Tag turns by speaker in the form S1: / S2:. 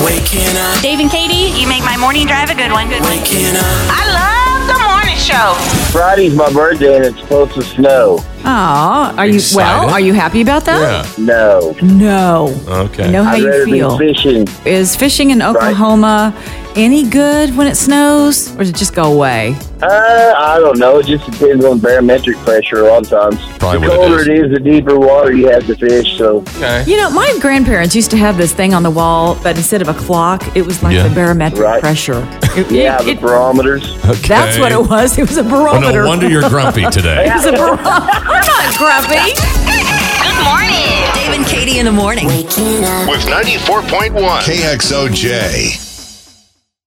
S1: Waking up,
S2: Dave and Katie.
S3: You make my morning drive a good one.
S1: waking up,
S3: I love the morning show.
S4: Friday's my birthday and it's supposed to snow.
S5: Oh, are you well?
S6: Excited?
S5: Are you happy about that?
S6: Yeah.
S4: No.
S5: No. I
S6: Okay.
S5: know how
S4: I'd
S5: you
S4: rather
S5: feel.
S4: be fishing.
S5: Is fishing in Oklahoma any good when it snows, or does it just go away?
S4: Uh, I don't know. It just depends on barometric pressure a lot of times.
S6: Probably
S4: the
S6: what it
S4: colder
S6: is.
S4: the deeper water you have to fish. So
S6: Okay.
S5: You know, my grandparents used to have this thing on the wall, but instead of a clock, it was like
S6: Yeah.
S5: the barometric
S4: Right.
S5: pressure. It-
S4: yeah,
S5: it-
S4: the
S5: it-
S4: barometers.
S6: okay.
S5: that's what it was. It was a
S6: Well,
S5: barometer.
S6: no wonder you're grumpy today.
S5: it was a barometer. I'm not grumpy.
S3: Good morning.
S2: Dave and Katie in the morning.
S1: waking up.
S7: with 94.1 KXOJ.